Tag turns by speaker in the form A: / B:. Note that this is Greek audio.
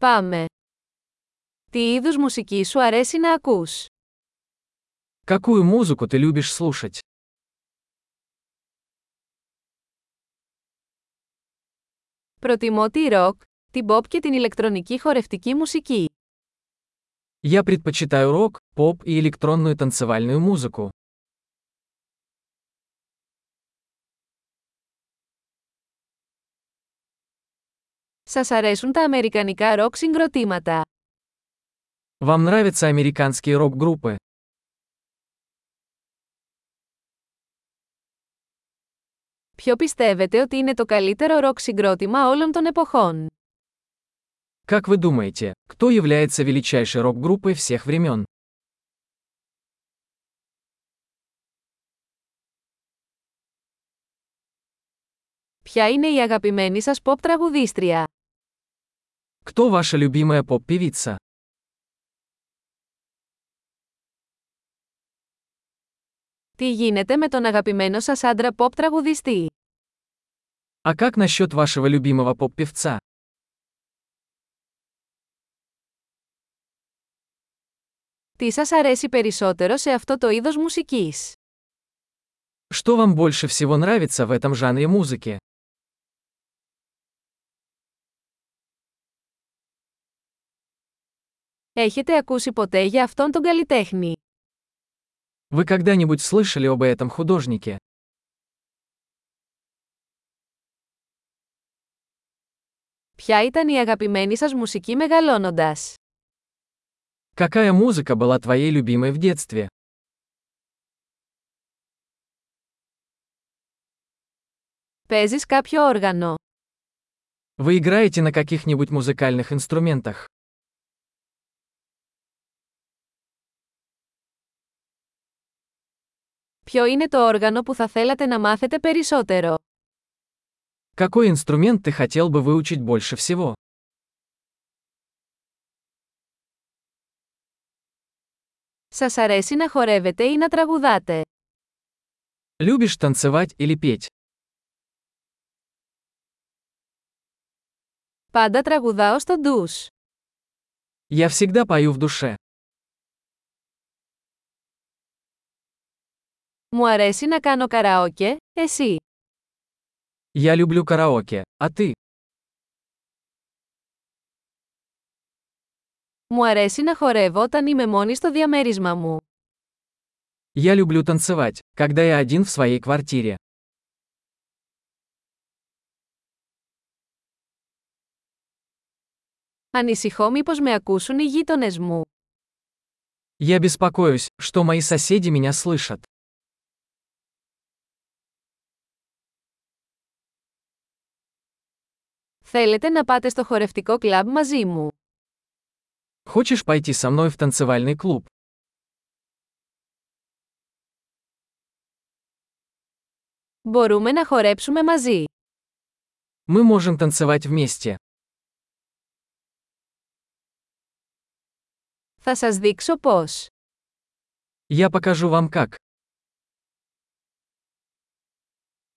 A: Πάμε. Τι είδους μουσική σου αρέσει να ακούς?
B: Какую музыку ты любишь слушать?
A: Προτιμώ τη ροκ, την pop και την ηλεκτρονική χορευτική μουσική.
B: Я предпочитаю рок, поп и электронную танцевальную музыку.
A: Σας αρέσουν τα αμερικανικά ροκ συγκροτήματα.
B: Вам нравятся американские рок-группы?
A: Ποιο πιστεύετε ότι είναι το καλύτερο ροκ συγκρότημα όλων των εποχών?
B: Как вы думаете, кто является величайшей рок-группой всех времен?
A: Ποια είναι η αγαπημένη σας pop τραγουδίστρια?
B: Кто ваша любимая поп-певица?
A: Τι γίνεται με τον αγαπημένο σας άντρα pop τραγουδιστή?
B: А как насчет вашего любимого поп-певца?
A: Τι σας αρέσει περισσότερο σε αυτό το είδος μουσικής?
B: Что вам больше всего нравится в этом жанре музыки?
A: Έχετε ακούσει ποτέ για αυτόν τον καλλιτέχνη?
B: Вы когда-нибудь слышали об этом художнике?
A: Ποια ήταν η αγαπημένη σας μουσική μεγαλώνοντας?
B: Какая музыка была твоей любимой в детстве?
A: Παίζεις κάποιο όργανο.
B: Вы играете на каких-нибудь музыкальных инструментах?
A: Ποιο είναι το όργανο που θα θέλατε να μάθετε περισσότερο?
B: Какой инструмент ты хотел бы выучить больше всего?
A: Σας αρέσει να χορεύετε ή να τραγουδάτε.
B: Любишь танцевать или петь?
A: Πάντα τραγουδάω στο ντους.
B: Я всегда пою в душе.
A: Μου αρέσει να κάνω καραόκε, εσύ.
B: Я люблю караоке, а ты?
A: Μου αρέσει να χορεύω όταν είμαι μόνη στο διαμέρισμα μου.
B: Я люблю танцевать, когда я один в своей квартире.
A: Ανησυχώ μήπως με ακούσουν οι γείτονες μου.
B: Я беспокоюсь, что мои соседи меня слышат.
A: Θέλετε να πάτε στο χορευτικό κλαμπ μαζί μου.
B: Хочешь пойти со мной в танцевальный клуб?
A: Μπορούμε να χορέψουμε μαζί.
B: Мы можем танцевать вместе.
A: Θα σας δείξω πώς.
B: Я покажу вам как.